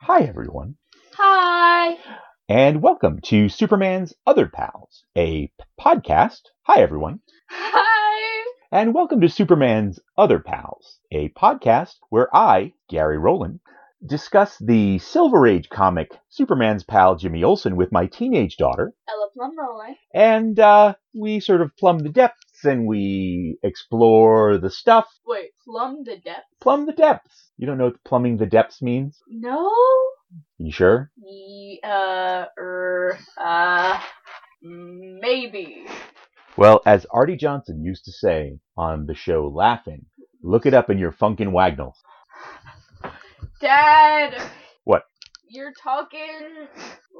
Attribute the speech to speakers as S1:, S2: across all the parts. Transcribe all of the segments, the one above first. S1: Hi, everyone,
S2: Hi.
S1: and welcome to Superman's Other Pals, a podcast. Hi, everyone,
S2: Hi.
S1: and welcome to Superman's Other Pals, a podcast where I, Gary Rowland, discuss the Silver Age comic Superman's Pal Jimmy Olsen with my teenage daughter,
S2: Ella Plum Roller.
S1: and uh, we sort of plumb the depths and we explore the stuff.
S2: Wait, Plum the Depth?
S1: Plumb the depths. You don't know what plumbing the depths means?
S2: No.
S1: You sure?
S2: Ye- uh, er, uh, maybe.
S1: Well, as Artie Johnson used to say on the show Laughing, look it up in your funkin' wagnalls.
S2: Dad.
S1: What?
S2: You're talking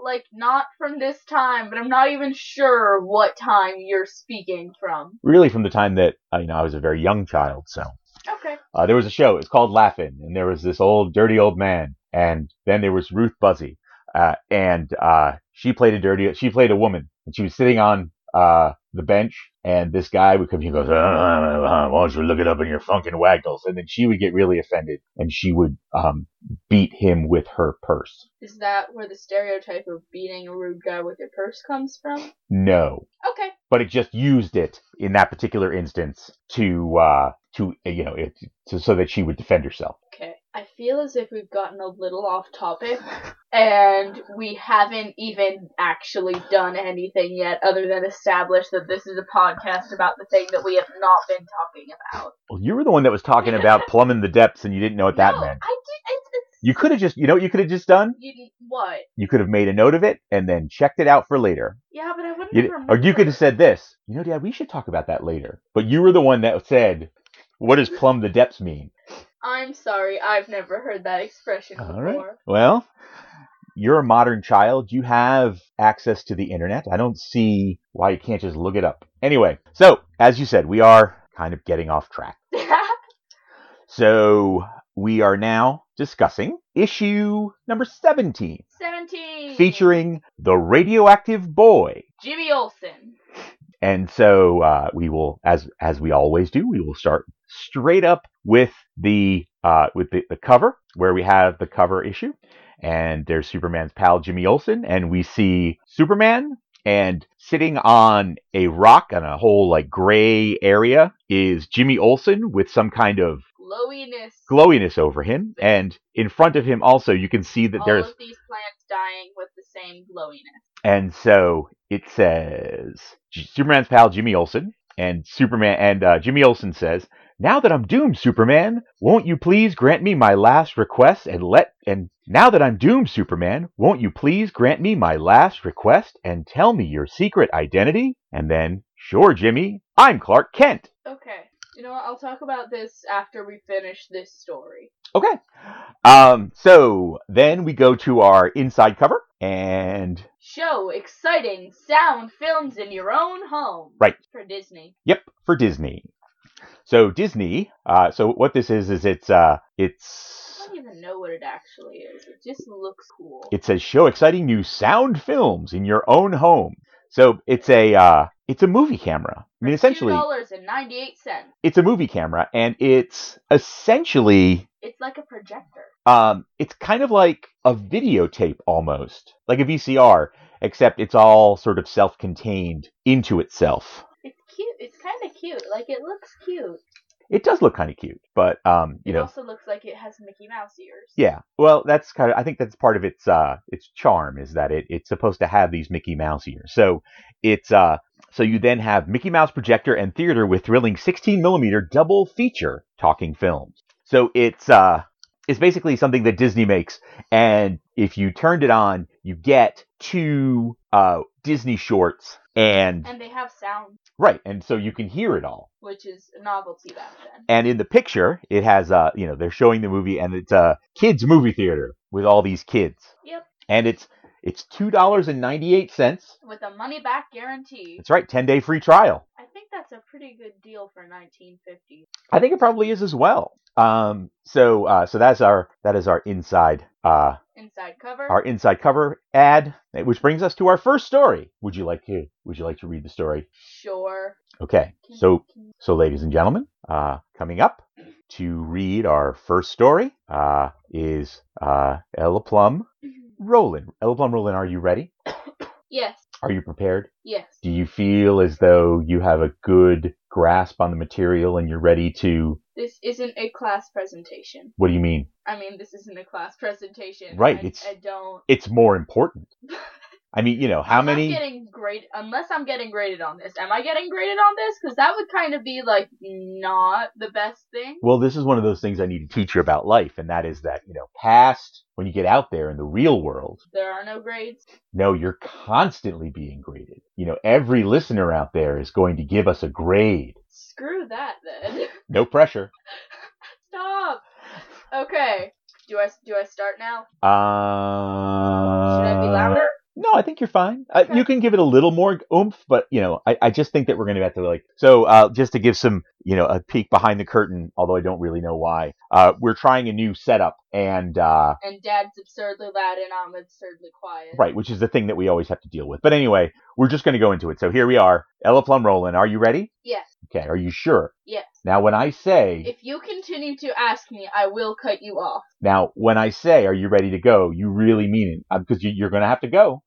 S2: like not from this time, but I'm not even sure what time you're speaking from.
S1: Really, from the time that uh, you know I was a very young child, so
S2: Okay.
S1: uh, there was a show. It's called Laughing, and there was this old dirty old man, and then there was Ruth Buzzy, uh, and uh, she played a dirty. She played a woman, and she was sitting on uh, the bench, and this guy would come. He goes, "Uh, uh, uh, "Why don't you look it up in your funkin' wagnalls?" And then she would get really offended, and she would um, beat him with her purse.
S2: Is that where the stereotype of beating a rude guy with your purse comes from?
S1: No,
S2: Okay.
S1: but it just used it in that particular instance to uh to uh, you know it to, so that she would defend herself
S2: Okay. I feel as if we've gotten a little off topic and we haven't even actually done anything yet other than establish that this is a podcast about the thing that we have not been talking about.
S1: well you were the one that was talking about plumbing the depths and you didn't know what that
S2: no,
S1: meant
S2: I did. It's, it's,
S1: you could have just you know what you could have just done
S2: you didn't- what?
S1: you could have made a note of it and then checked it out for later
S2: Yeah, but I wouldn't
S1: you,
S2: have
S1: di-
S2: remembered.
S1: or you could have said this you know dad we should talk about that later but you were the one that said what does plumb the depths mean
S2: I'm sorry, I've never heard that expression
S1: All
S2: before.
S1: right. well you're a modern child you have access to the internet i don't see why you can't just look it up anyway so as you said we are kind of getting off track so we are now discussing issue number 17
S2: Seventeen.
S1: featuring the radioactive boy
S2: Jimmy Olsen.
S1: and so uh, we will as as we always do we will start straight up with the uh, with the, the cover where we have the cover issue and there's superman's pal jimmy olsen and we see superman and sitting on a rock on a whole like gray area is jimmy olsen with some kind of
S2: Glowiness.
S1: glowiness over him and in front of him also you can see that
S2: All
S1: there's
S2: of these plants dying with the same glowiness.
S1: And so it says J- Superman's pal Jimmy Olsen and Superman and uh, Jimmy Olsen says, "Now that I'm doomed, Superman, won't you please grant me my last request and let and now that I'm doomed, Superman, won't you please grant me my last request and tell me your secret identity?" And then, "Sure, Jimmy, I'm Clark Kent."
S2: Okay. You know what? I'll talk about this after we finish this story.
S1: Okay. Um, so then we go to our inside cover and
S2: Show exciting sound films in your own home.
S1: Right.
S2: For Disney.
S1: Yep, for Disney. So Disney. Uh, so what this is is it's uh,
S2: I
S1: it's
S2: don't even know what it actually is. It just looks cool.
S1: it says show exciting new sound films in your own home. So it's a uh, it's a movie camera. I mean, essentially,
S2: Two dollars and ninety-eight cents.
S1: it's a movie camera, and it's essentially
S2: It's like a projector.
S1: um, it's kind of like a videotape almost, like a VCR, except it's all sort of self-contained into itself.
S2: It's cute. It's kind of cute. Like it looks cute.
S1: It does look kind of cute, but um, you
S2: it
S1: know,
S2: also looks like it has Mickey Mouse ears.
S1: Yeah, well, that's kind of. I think that's part of its uh its charm is that it it's supposed to have these Mickey Mouse ears. So it's uh so you then have Mickey Mouse projector and theater with thrilling 16 millimeter double feature talking films. So it's uh it's basically something that Disney makes, and if you turned it on, you get two uh Disney shorts and
S2: And they have sound,
S1: right, and so you can hear it all
S2: which is a novelty back then.
S1: and in the picture it has uh you know they're showing the movie and it's a kids movie theater with all these kids
S2: Yep.
S1: and it's it's two dollars and ninety eight cents
S2: With a money back guarantee.
S1: that's right ten day free trial
S2: I think that's a pretty good deal for 1950.
S1: i think it probably is as well um so uh so that's our that is our inside uh
S2: Inside cover.
S1: our inside cover ad which brings us to our first story would you like to would you like to read the story
S2: Sure.
S1: Okay, so so ladies and gentlemen, uh, coming up to read our first story uh, is uh, Ella Plum Roland. Ella Plum Roland, are you ready?
S2: Yes.
S1: Are you prepared?
S2: Yes.
S1: Do you feel as though you have a good grasp on the material and you're ready to?
S2: This isn't a class presentation.
S1: What do you mean?
S2: I mean, this isn't a class presentation.
S1: Right,
S2: I,
S1: it's-
S2: I don't.
S1: It's more important. I mean, you know, how
S2: Unless
S1: many?
S2: I'm getting grade, unless I'm getting graded on this. Am I getting graded on this? Because that would kind of be like not the best thing.
S1: Well, this is one of those things I need to teach you about life, and that is that, you know, past when you get out there in the real world,
S2: There are no grades.
S1: no, you're constantly being graded. You know, every listener out there is going to give us a grade.
S2: Screw that then.
S1: No pressure.
S2: Stop. Okay. Do I do I start now?
S1: Uh,
S2: Should I be louder?
S1: No, I think you're fine. Uh,
S2: Okay.
S1: you can give it a little more oomph, but you know, I, I just think that we're going to have to like. So, uh, just to give some, you know, a peek behind the curtain, although I don't really know why, uh, we're trying a new setup, and uh,
S2: And Dad's absurdly loud and I'm absurdly quiet.
S1: right, which is the thing that we always have to deal with. But anyway, we're just going to go into it. So here we are, Ella Plum Roland. Are you ready?
S2: Yes.
S1: Okay. Are you sure?
S2: Yes.
S1: Now, when I say,
S2: If you continue to ask me, I will cut you off.
S1: now when I say, are you ready to go? You really mean it because you, you're going to have to go.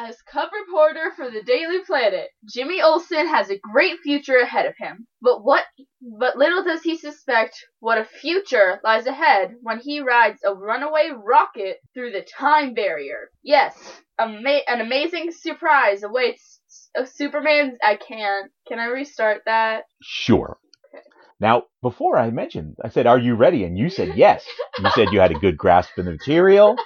S2: As cover reporter for the Daily Planet, Jimmy Olsen has a great future ahead of him. But what but little does he suspect what a future lies ahead when he rides a runaway rocket through the time barrier. Yes, ama- an amazing surprise awaits uh, Superman's I can't. Can I restart that?
S1: Sure. Now, before I mentioned, I said, "Are you ready?" And you said yes. You said you had a good grasp of the material,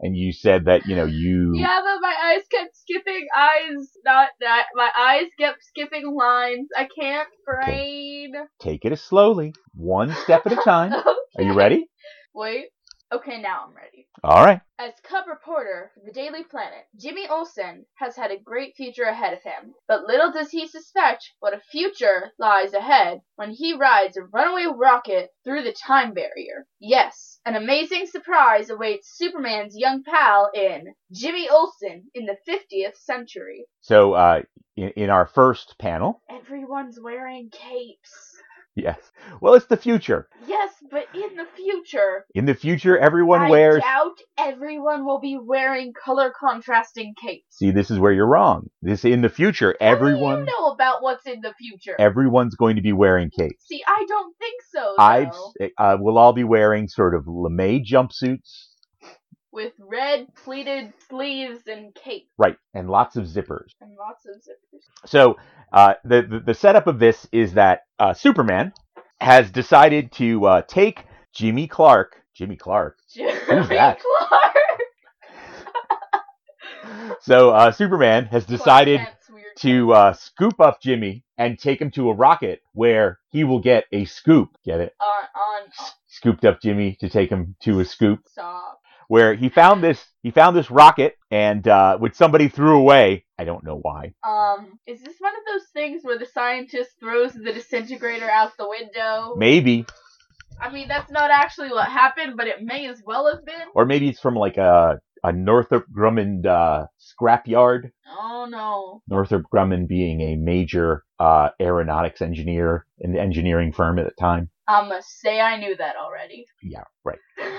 S1: and you said that you know you.
S2: Yeah, but my eyes kept skipping eyes, not that. My eyes kept skipping lines. I can't brain.
S1: Take it slowly, one step at a time. Are you ready?
S2: Wait. Okay, now I'm ready.
S1: All right.
S2: As cub reporter for the Daily Planet, Jimmy Olsen has had a great future ahead of him, but little does he suspect what a future lies ahead when he rides a runaway rocket through the time barrier. Yes, an amazing surprise awaits Superman's young pal in Jimmy Olsen in the 50th century.
S1: So, uh, in, in our first panel,
S2: Everyone's wearing capes.
S1: yes. Well, it's the future.
S2: Yes, but in the future,
S1: In the future, everyone
S2: I
S1: wears.
S2: doubt everyone will be wearing color contrasting capes.
S1: See, this is where you're wrong. This in the future,
S2: What do
S1: everyone,
S2: you know about what's in the future?
S1: everyone's going to be wearing capes.
S2: See, I don't think so. Though.
S1: I've, uh, we'll all be wearing sort of lame jumpsuits.
S2: with red pleated sleeves and cape
S1: Right, and lots of zippers.
S2: and lots of zippers.
S1: So uh, the, the the setup of this is that uh, Superman has decided to uh, take Jimmy Clark. Jimmy Clark.
S2: Jeremy
S1: that?
S2: Clark.
S1: So uh, Superman has decided
S2: Clark Kent's weird
S1: to uh, scoop up Jimmy and take him to a rocket where he will get a scoop. Get it?
S2: on on
S1: Scooped up Jimmy to take him to a scoop
S2: stop.
S1: where he found this he found this rocket and uh, which somebody threw away. I don't know why.
S2: Um, is this one of those things where the scientist throws the disintegrator out the window?
S1: Maybe
S2: I mean, that's not actually what happened, but it may as well have been.
S1: or maybe it's from like a a Northrop Grumman uh, scrapyard.
S2: Oh no.
S1: Northrop Grumman being a major uh, aeronautics engineer and engineering firm at the time.
S2: I must say I knew that already.
S1: Yeah, right.
S2: in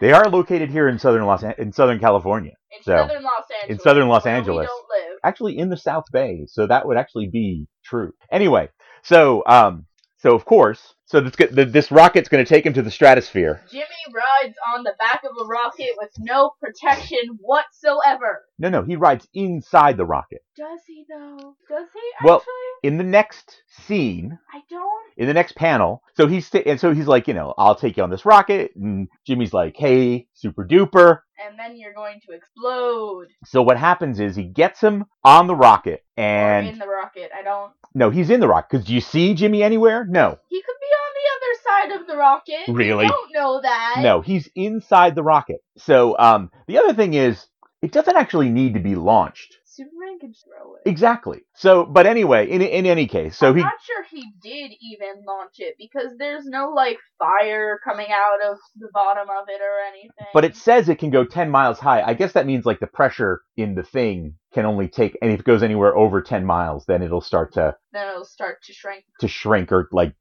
S1: They are located here in southern Los in Southern California, So,
S2: southern Los Angeles.
S1: in southern Los
S2: where we
S1: Angeles.
S2: don't live.
S1: actually in the South Bay. So that would actually be true. Anyway, so um, so of course, so this g- th- this rocket's going to take him to the stratosphere.
S2: Jimmy rides on the back of a rocket with no protection whatsoever.
S1: No, no, he rides inside the rocket.
S2: Does he though? Does he actually?
S1: Well- In the next scene,
S2: I don't.
S1: in the next panel, so he's sta- and so he's like, you know, I'll take you on this rocket, and Jimmy's like, hey, super duper,
S2: And then you're going to explode.
S1: So what happens is he gets him on the rocket,
S2: or in
S1: and
S2: the rocket. I don't.
S1: no, he's in the rocket. Because do you see Jimmy anywhere? No,
S2: He could be on the other side of the rocket.
S1: Really?
S2: You don't know that.
S1: no, he's inside the rocket. So um, the other thing is, it doesn't actually need to be launched
S2: Superman can throw it.
S1: exactly. So, but anyway, in in any case, so
S2: I'm
S1: he
S2: not sure he did even launch it because there's no like fire coming out of the bottom of it or anything.
S1: but it says it can go ten miles high. I guess that means like the pressure in the thing can only take, and if it goes anywhere over 10 miles, then it'll start to,
S2: Then it'll start to shrink
S1: to shrink or like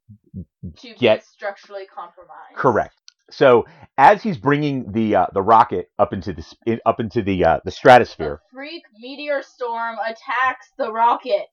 S2: to
S1: Get-
S2: get structurally compromised.
S1: Correct. So as he's bringing the uh, the rocket up into the s- in- up into the uh, the
S2: The
S1: stratosphere,
S2: freak meteor storm attacks the rocket.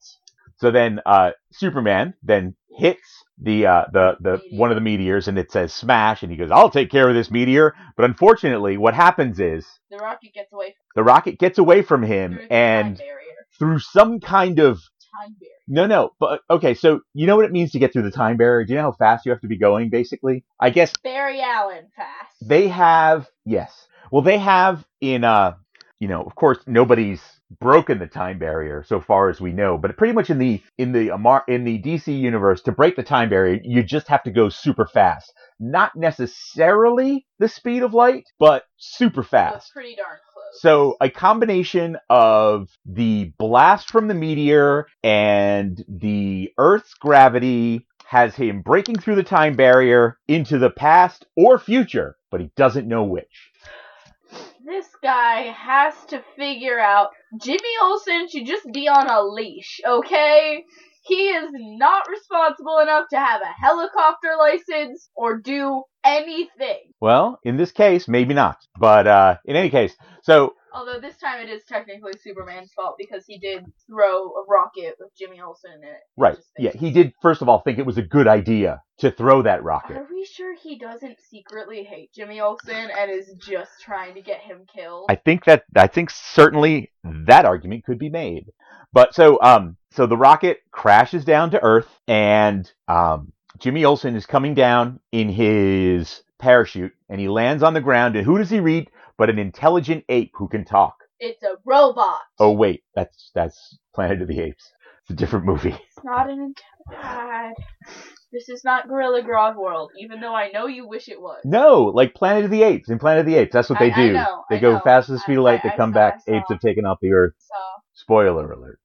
S1: so then uh, Superman then hits the uh, the the one of the meteors and it says smash, and he goes, "I'll take care of this meteor." But unfortunately, what happens is
S2: The rocket gets away
S1: the rocket gets away from him,
S2: through the time
S1: and
S2: barrier.
S1: through some kind of
S2: Time barrier.
S1: no, no, but okay, so you know what it means to get through the time barrier. Do you know how fast you have to be going? Basically, I guess
S2: Barry Allen fast.
S1: they have yes well they have in uh you know of course nobody's broken the time barrier so far as we know but pretty much in the in the Amar- in the DC universe to break the time barrier you just have to go super fast not necessarily the speed of light but super
S2: but
S1: fast
S2: pretty darn close.
S1: so a combination of the blast from the meteor and the Earth's gravity has him breaking through the time barrier into the past or future, but he doesn't know which.
S2: this guy has to figure out Jimmy Olsen should just be on a leash, okay? He is not responsible enough to have a helicopter license or do anything.
S1: Well, in this case, maybe not. But uh, in any case, so
S2: Although this time it is technically Superman's fault because he did throw a rocket with Jimmy Olsen in it.
S1: right,
S2: Just
S1: yeah,
S2: thinks-
S1: he did first of all think it was a good idea to throw that rocket.
S2: Are we sure he doesn't secretly hate Jimmy Olsen and is just trying to get him killed?
S1: I think that I think certainly that argument could be made. But so um so the rocket crashes down to Earth and um Jimmy Olsen is coming down in his parachute and he lands on the ground and who does he read but an intelligent ape who can talk.
S2: it's a robot.
S1: Oh wait, that's that's Planet of the Apes. It's a different movie.
S2: It's not an int- God. This is not Gorilla Grodd world, even though I know you wish it was.
S1: No, like Planet of the Apes. In Planet of the Apes, that's what they
S2: I- I
S1: do.
S2: know,
S1: they
S2: I
S1: go
S2: know.
S1: fast as the speed of
S2: I-
S1: light,
S2: I-
S1: they
S2: I
S1: come
S2: saw-
S1: back,
S2: I saw.
S1: apes have taken off the earth.
S2: So
S1: Spoiler alert.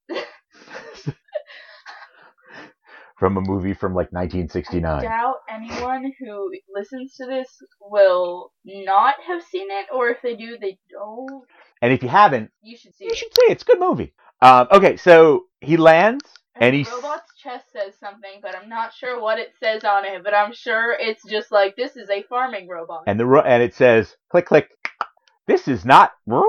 S1: from a movie from like
S2: I
S1: 1969.
S2: doubt anyone who listens to this will not have seen it, or if they do, they don't.
S1: And if you haven't,
S2: You should see
S1: you
S2: it.
S1: should see it. It's a good movie. Um, okay, so he lands and
S2: the
S1: he's
S2: robot's chest says something, but I'm not sure what it says on it. But I'm sure it's just like this is a farming robot.
S1: and the ro- and it says click click. This is not the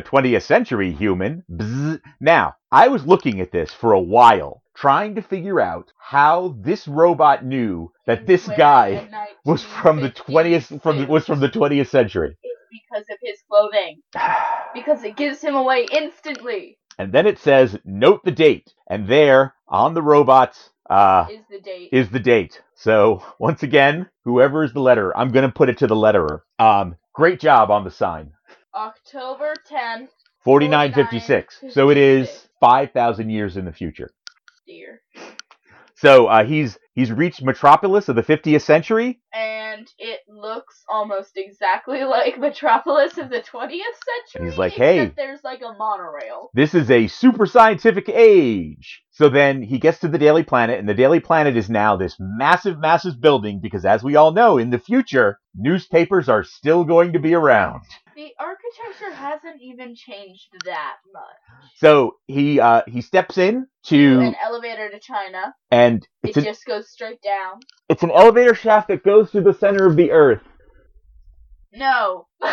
S1: 20th century human. Bzz. Now, I was looking at this for a while, trying to figure out how this robot knew that this
S2: Wearing
S1: guy
S2: a
S1: was from the
S2: 1950s
S1: 20th from the- was from the 20th century.
S2: It's because of his clothing. Because it gives him away instantly.
S1: And then it says, note the date. And there, on the robot's, uh,
S2: Is the date.
S1: is the date. So, once again, whoever is the letterer, I'm going to put it to the letterer. Um, great job on the sign.
S2: October 10th,
S1: 4956. So it is 5,000 years in the future.
S2: dear.
S1: So, uh, he's, he's reached Metropolis of the 50th century.
S2: And it looks almost exactly like Metropolis of the 20th century.
S1: And he's like,
S2: except
S1: "Hey."
S2: There's like a monorail.
S1: This is a super scientific age. So then he gets to the Daily Planet, and the Daily Planet is now this massive, massive building because, as we all know, in the future, newspapers are still going to be around.
S2: The architecture hasn't even changed that much.
S1: So he uh, he steps in to,
S2: An elevator to China.
S1: and
S2: It
S1: it's an,
S2: just goes straight down.
S1: it's an elevator shaft that goes through the center of the Earth.
S2: No.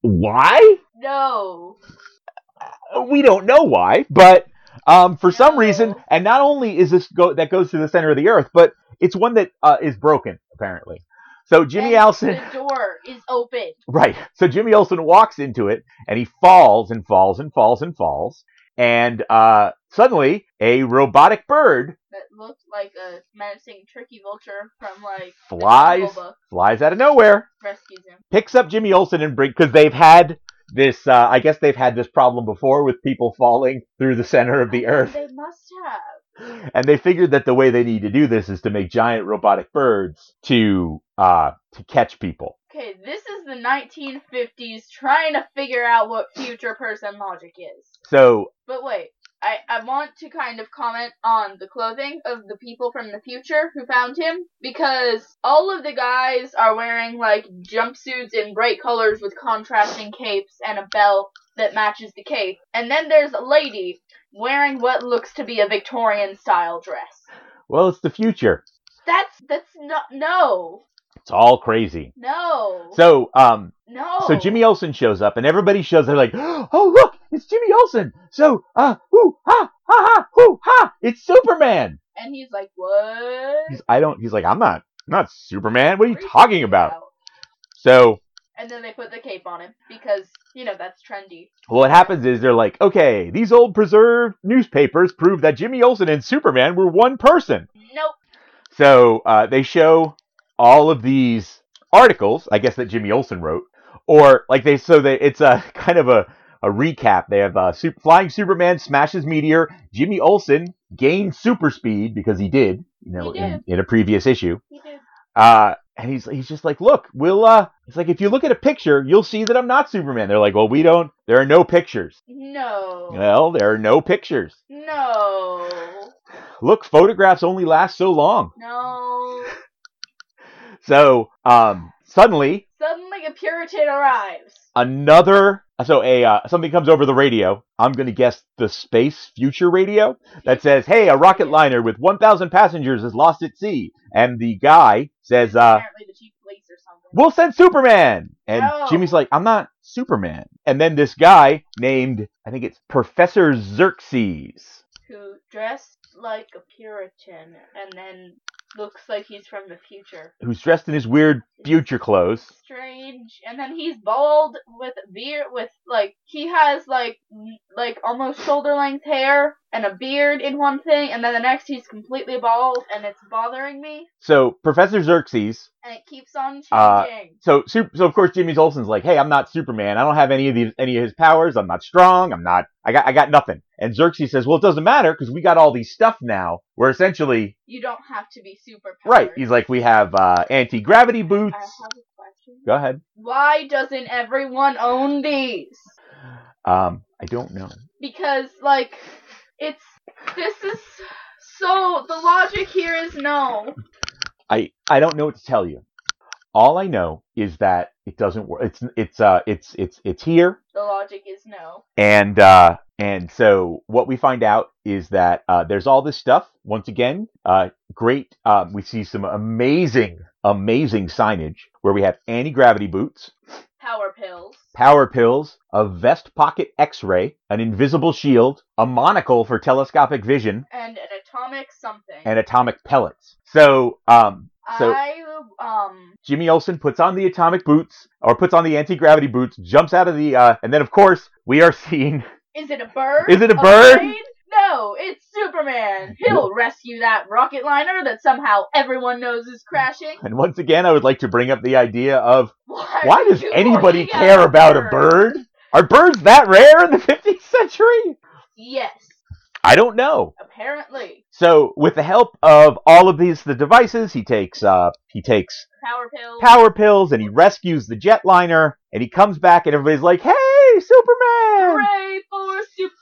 S1: Why?
S2: no.
S1: We don't know why, but um, for some
S2: No.
S1: reason, and not only is this go that goes through the center of the Earth, but it's one that uh, is broken apparently. So Jimmy
S2: And
S1: Allison.
S2: The door is open.
S1: Right. So Jimmy Olsen walks into it and he falls and falls and falls and falls. And uh, suddenly, a robotic bird
S2: That looked like a menacing, tricky vulture from like the
S1: Flies.
S2: Jungle Book.
S1: flies out of nowhere,
S2: Rescues him.
S1: picks up Jimmy Olsen and brings, because they've had this, uh, I guess they've had this problem before with people falling through the center of the
S2: I mean,
S1: earth.
S2: They must have.
S1: And they figured that the way they need to do this is to make giant robotic birds to, uh, to catch people.
S2: Okay, this is the 1950s trying to figure out what future person logic is.
S1: So
S2: But wait, I, I want to kind of comment on the clothing of the people from the future who found him because all of the guys are wearing like jumpsuits in bright colors with contrasting capes and a belt that matches the cape. And then there's a lady wearing what looks to be a Victorian style dress.
S1: Well, it's the future.
S2: That's that's not no.
S1: It's all crazy.
S2: No.
S1: So, um,
S2: no.
S1: so Jimmy Olsen shows up, and everybody shows. They're like, "Oh, look, it's Jimmy Olsen!" So, uh, whoo, ha, ha, ha, whoo, ha! It's Superman.
S2: and he's like, "What?"
S1: He's, I don't. He's like, "I'm not, I'm not Superman. What are
S2: What
S1: you talking about?" So,
S2: And then they put the cape on him because you know that's trendy.
S1: well, what happens is they're like, "Okay, these old preserved newspapers prove that Jimmy Olsen and Superman were one person."
S2: Nope.
S1: So uh, they show all of these articles, I guess that Jimmy Olsen wrote, or like they so they it's a kind of a, a recap. They have uh, Sup- flying Superman smashes meteor. Jimmy Olsen gains super speed because he did, you know,
S2: He
S1: in,
S2: did.
S1: in a previous issue.
S2: He did.
S1: Uh, and he's he's just like, look, we'll. Uh, it's like if you look at a picture, you'll see that I'm not Superman. They're like, well, we don't. There are no pictures.
S2: No.
S1: Well, there are no pictures.
S2: No.
S1: Look, photographs only last so long.
S2: No.
S1: So um, suddenly
S2: Suddenly a Puritan arrives.
S1: another so a uh, something comes over the radio i'm going to guess the space future radio that says hey a rocket liner with 1000 passengers is lost at sea and the guy says uh
S2: apparently the chief of police or something.
S1: we'll send superman and
S2: No.
S1: jimmy's like i'm not superman and then this guy named i think it's professor xerxes
S2: who dressed like a Puritan and then looks like he's from the future.
S1: who's dressed in his weird future clothes
S2: Strange. And then he's bald with beard, with like he has like n- like almost shoulder length hair and a beard in one thing, and then the next he's completely bald, and it's bothering me,
S1: so professor xerxes
S2: and it keeps on
S1: Uh,
S2: changing.
S1: so Sup- so of course Jimmy Olsen's like, hey, I'm not Superman. I don't have any of these any of his powers. I'm not strong. I'm not. I got I got nothing. And Xerxes says, well, it doesn't matter because we got all these stuff now. We're essentially
S2: you don't have to be super.
S1: right. He's like, we have uh, anti gravity boots.
S2: I have a question.
S1: Go ahead.
S2: Why doesn't everyone own these?
S1: Um, I don't know.
S2: because like it's this is so the logic here is no.
S1: I I don't know what to tell you. All I know is that it doesn't work. It's it's uh it's it's it's here.
S2: The logic is no.
S1: And uh, and so what we find out is that uh, there's all this stuff. Once again, uh, great. Um, we see some amazing, amazing signage where we have anti gravity boots,
S2: Power pills.
S1: power pills, a vest pocket X ray, an invisible shield, a monocle for telescopic vision,
S2: And an atomic something.
S1: and atomic pellets. So um, so
S2: I um
S1: Jimmy Olsen puts on the atomic boots or puts on the anti gravity boots, jumps out of the uh, and then of course we are seeing
S2: is it a bird?
S1: Is it a bird?
S2: plane? No, it's Superman. He'll rescue that rocket liner that somehow everyone knows is crashing.
S1: and once again I would like to bring up the idea of
S2: Why,
S1: Why
S2: are
S1: does
S2: you
S1: anybody
S2: looking at
S1: care about a bird? Are birds that rare in the 15th century?
S2: Yes,
S1: I don't know.
S2: apparently.
S1: So, with the help of all of these the devices, he takes uh he takes
S2: Power pills.
S1: power pills and he rescues the jetliner and he comes back and everybody's like, "Hey, Superman!"
S2: Hooray for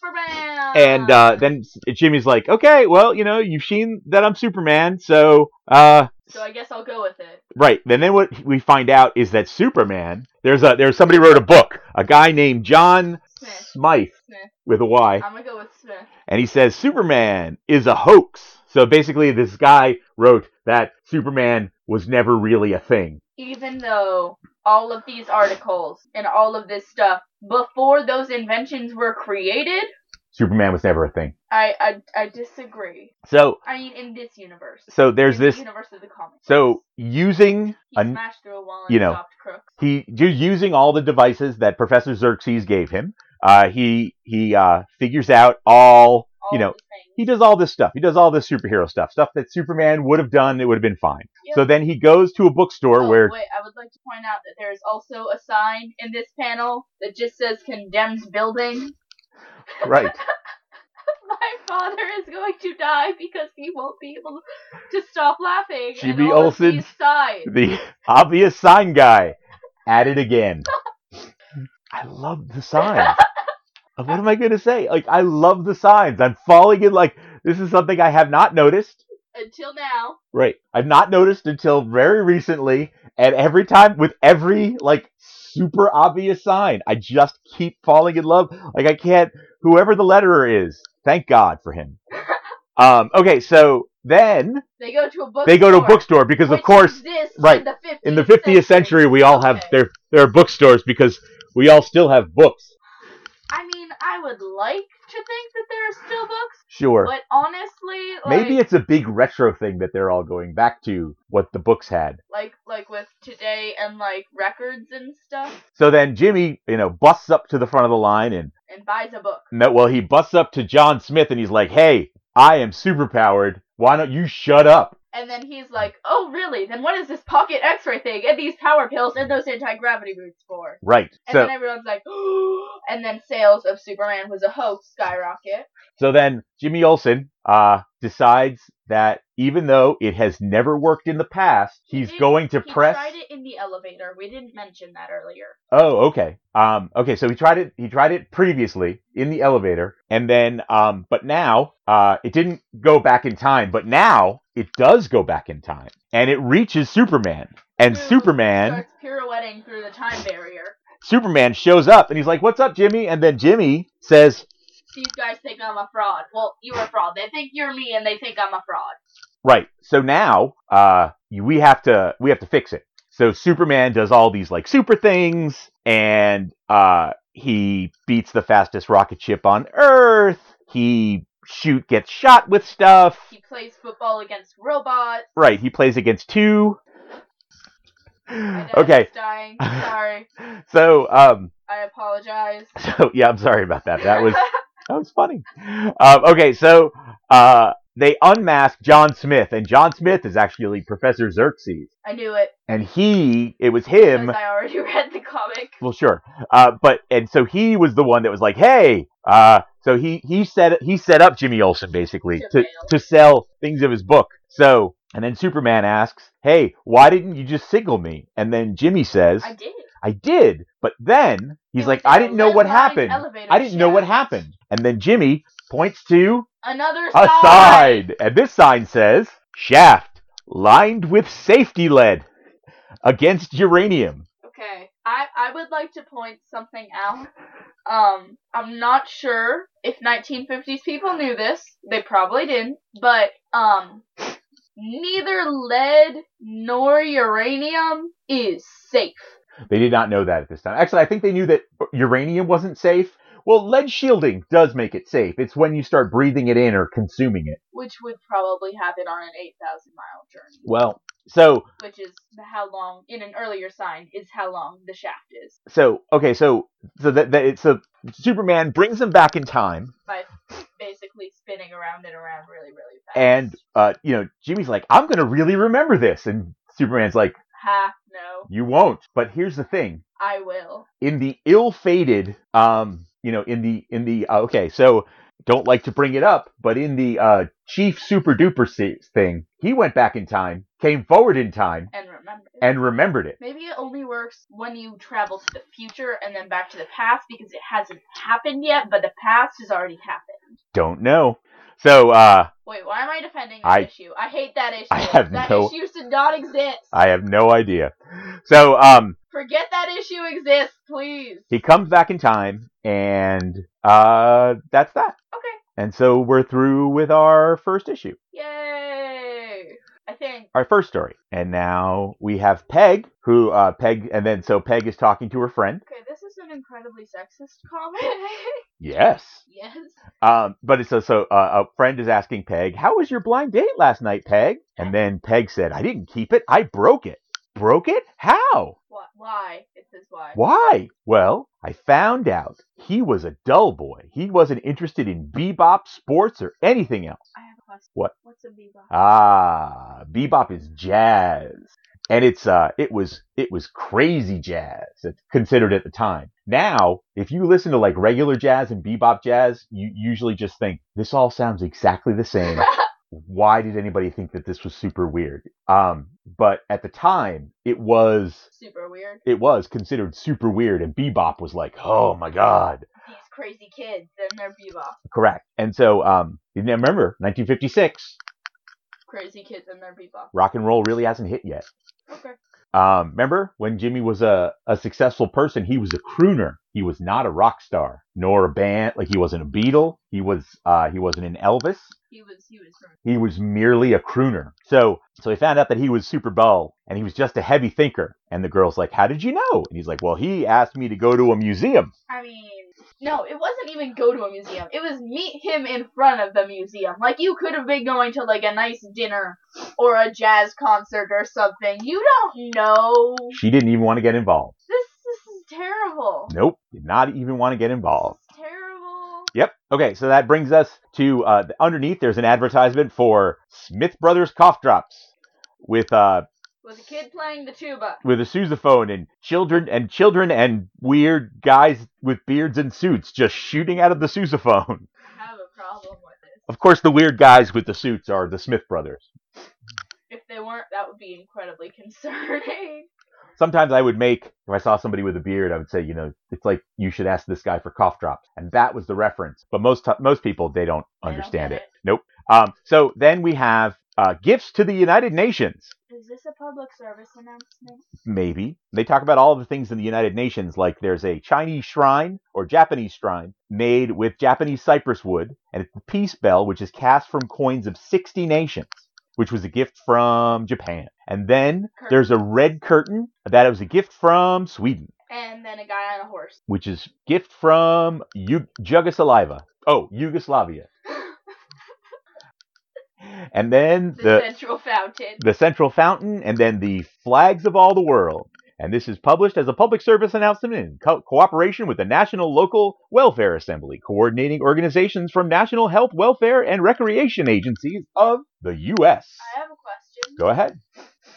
S2: Superman.
S1: And uh, then Jimmy's like, "Okay, well, you know, you've seen that I'm Superman, so uh,
S2: so I guess I'll go with it.
S1: Right. And then what we find out is that Superman, there's a there's somebody wrote a book, a guy named John
S2: Smith.
S1: Smythe
S2: Smith.
S1: with a Y,
S2: I'm gonna go with Smith.
S1: and he says Superman is a hoax. So basically this guy wrote that Superman was never really a thing.
S2: even though all of these articles and all of this stuff before those inventions were created
S1: Superman was never a thing.
S2: i i, I disagree
S1: So
S2: i mean in this universe
S1: so there's
S2: In the
S1: this
S2: universe of the comics
S1: so using
S2: he
S1: an,
S2: smashed through a wall and
S1: you know,
S2: stopped crooks
S1: he ju- using all the devices that Professor Xerxes gave him, uh, he he uh, figures out all
S2: all
S1: you know,
S2: the things.
S1: he does all this stuff. He does all this superhero stuff, stuff that Superman would have done. It would have been fine.
S2: Yep.
S1: So then he goes to a bookstore
S2: Oh,
S1: where
S2: wait i would like to point out that there's also a sign in this panel that just says condemned building
S1: right,
S2: my father is going to die because he won't be able to stop laughing at
S1: Jimmy
S2: all of
S1: Olsen.
S2: these signs.
S1: the obvious sign guy, at it again. I love the signs. what am I gonna say? Like I love the signs. I'm falling in. Like this is something I have not noticed.
S2: until now
S1: Right, I've not noticed until very recently. And every time with every like super obvious sign. I just keep falling in love. Like I can't. Whoever the letterer is, thank God for him. um, okay, so then
S2: They go to a book.
S1: they go to a bookstore because, of course, right,
S2: In the 50th,
S1: in the 50th century, we all have
S2: Okay.
S1: there there are bookstores because we all still have books.
S2: I mean, I would like to think that there are still books,
S1: Sure.
S2: but honestly, like,
S1: Maybe it's a big retro thing that they're all going back to what the books had.
S2: like like with today and like records and stuff,
S1: So then Jimmy, you know, busts up to the front of the line and
S2: and buys a book.
S1: no, well, he busts up to John Smith and he's like, "Hey, I am superpowered. Why don't you shut up?"
S2: And then he's like, "Oh, really? Then what is this pocket X-ray thing and these power pills and those anti-gravity boots for?"
S1: Right.
S2: And
S1: So
S2: then everyone's like, and then sales of Superman was a hoax skyrocket.
S1: so then Jimmy Olsen uh decides that even though it has never worked in the past, he's
S2: did-
S1: going to
S2: he
S1: press
S2: tried it in the elevator. We didn't mention that earlier.
S1: Oh, okay. Um, okay. So he tried it. He tried it previously in the elevator, and then, um, but now, uh, it didn't go back in time. But now it does go back in time, and it reaches Superman. And
S2: Who
S1: Superman,
S2: starts pirouetting through the time barrier.
S1: Superman shows up, and he's like, "What's up, Jimmy?" And then Jimmy says,
S2: These guys think I'm a fraud. Well, you're a fraud. They think you're me, and they think I'm a fraud.
S1: Right. So now, uh, you- we have to we have to fix it. So Superman does all these like super things, and uh, he beats the fastest rocket ship on Earth. He shoot gets shot with stuff.
S2: He plays football against robots.
S1: Right. He plays against two.
S2: My dad
S1: Okay.
S2: is dying. Sorry.
S1: So um.
S2: I apologize.
S1: So yeah, I'm sorry about that. That was that was funny. Um, okay. So uh, they unmask John Smith, and John Smith is actually Professor Xerxes,
S2: I knew it
S1: and he it was
S2: because
S1: him.
S2: I already read the comic.
S1: well sure uh, but and so he was the one that was like hey uh, so he he set he set up jimmy olsen basically
S2: To
S1: to,
S2: fail.
S1: to sell things of his book so and then superman asks hey why didn't you just signal me and then jimmy says
S2: I did.
S1: i did but then he's
S2: It
S1: like
S2: was
S1: i
S2: a
S1: didn't know what
S2: redline
S1: happened
S2: elevator
S1: i didn't know what
S2: shaft.
S1: happened and then jimmy points to
S2: Another
S1: a
S2: sign.
S1: sign and this sign says shaft lined with safety lead against uranium
S2: Okay. I I would like to point something out. Um, I'm not sure if 1950s people knew this. They probably didn't. But um, neither lead nor uranium is safe.
S1: They did not know that at this time. Actually, I think they knew that uranium wasn't safe. Well, lead shielding does make it safe. It's when you start breathing it in or consuming it.
S2: Which would probably happen on an 8,000 mile journey,
S1: Well, so
S2: which is how long, in an earlier sign, is how long the shaft is.
S1: so okay, so so that, that it's so Superman brings them back in time,
S2: By basically spinning around and around really, really fast.
S1: and uh, you know Jimmy's like, "I'm gonna really remember this," and Superman's like,
S2: Ha, no,
S1: "You won't." But here's the thing:
S2: I will.
S1: in the ill-fated um you know in the in the uh, okay so don't like to bring it up but in the uh chief super duper se- thing he went back in time came forward in time
S2: And remember.
S1: and remembered it
S2: Maybe it only works when you travel to the future and then back to the past because it hasn't happened yet, but the past has already happened.
S1: don't know so uh
S2: Wait, why am I defending this
S1: I-
S2: issue? I hate that issue.
S1: I have
S2: that
S1: no-
S2: issue should not exist.
S1: i have no idea so um
S2: Forget that issue exists, please.
S1: he comes back in time and uh that's that
S2: Okay.
S1: and so we're through with our first issue
S2: Yay! I think
S1: our first story and now we have peg who uh peg and then so peg is talking to her friend
S2: okay, this is an incredibly sexist comment.
S1: yes
S2: yes.
S1: Um, but it's so, so uh, a friend is asking Peg, "How was your blind date last night, Peg?" And then Peg said, "I didn't keep it. I broke it. Broke it? How?
S2: Wh- Why? It says why.
S1: Why? Well, I found out he was a dull boy. He wasn't interested in bebop, sports, or anything else.
S2: I have a question.
S1: What?
S2: What's a bebop?
S1: Ah, bebop is jazz, and it's uh, it was it was crazy jazz. It's considered at the time. Now, if you listen to like regular jazz and bebop jazz, you usually just think this all sounds exactly the same. why did anybody think that this was super weird? Um, but at the time, it was
S2: Super weird.
S1: it was considered super weird, and bebop was like, oh my god,
S2: These crazy kids and their bebop.
S1: correct. And so, um, you know, remember 1956,
S2: Crazy kids and their bebop.
S1: rock and roll really hasn't hit yet.
S2: Okay.
S1: Um, remember when Jimmy was a, a successful person, he was a crooner. He was not a rock star nor a band. Like he wasn't a Beatle. He was uh, he wasn't an Elvis.
S2: He was he was from
S1: He was merely a crooner. So so he found out that he was Super Bowl and he was just a heavy thinker. And the girl's like, "How did you know?" And he's like, "Well, he asked me to go to a museum."
S2: I mean, no, it wasn't even go to a museum. It was meet him in front of the museum. Like you could have been going to like a nice dinner or a jazz concert or something. You don't know.
S1: She didn't even want to get involved.
S2: This this is terrible.
S1: Nope, did not even want to get involved.
S2: This is terrible.
S1: Yep. Okay, so that brings us to uh, the- underneath. There's an advertisement for Smith Brothers cough drops with uh,
S2: Was a kid playing the tuba.
S1: with a sousaphone and children and children and weird guys with beards and suits just shooting out of the sousaphone.
S2: I have a problem with this.
S1: Of course, the weird guys with the suits are the Smith Brothers.
S2: If they weren't, that would be incredibly concerning.
S1: Sometimes I would make if I saw somebody with a beard, I would say, you know, it's like you should ask this guy for cough drops, and that was the reference. But most t- most people they don't
S2: They don't
S1: understand
S2: get
S1: it. Nope. Um, so then we have uh, gifts to the United Nations.
S2: Is this a public service announcement?
S1: Maybe. They talk about all the things in the United Nations, like there's a Chinese shrine or Japanese shrine made with Japanese cypress wood, and it's the peace bell, which is cast from coins of 60 nations, which was a gift from Japan. And then there's a red curtain that was a gift from Sweden,
S2: And then a guy on a horse.
S1: which is gift from U- Jugoslava. Oh, Yugoslavia. And then
S2: The,
S1: the
S2: central fountain.
S1: the central fountain, and then the flags of all the world. And this is published as a public service announcement in co- cooperation with the National Local Welfare Assembly, coordinating organizations from national health, welfare, and recreation agencies of the U.S.
S2: I have a question.
S1: Go ahead.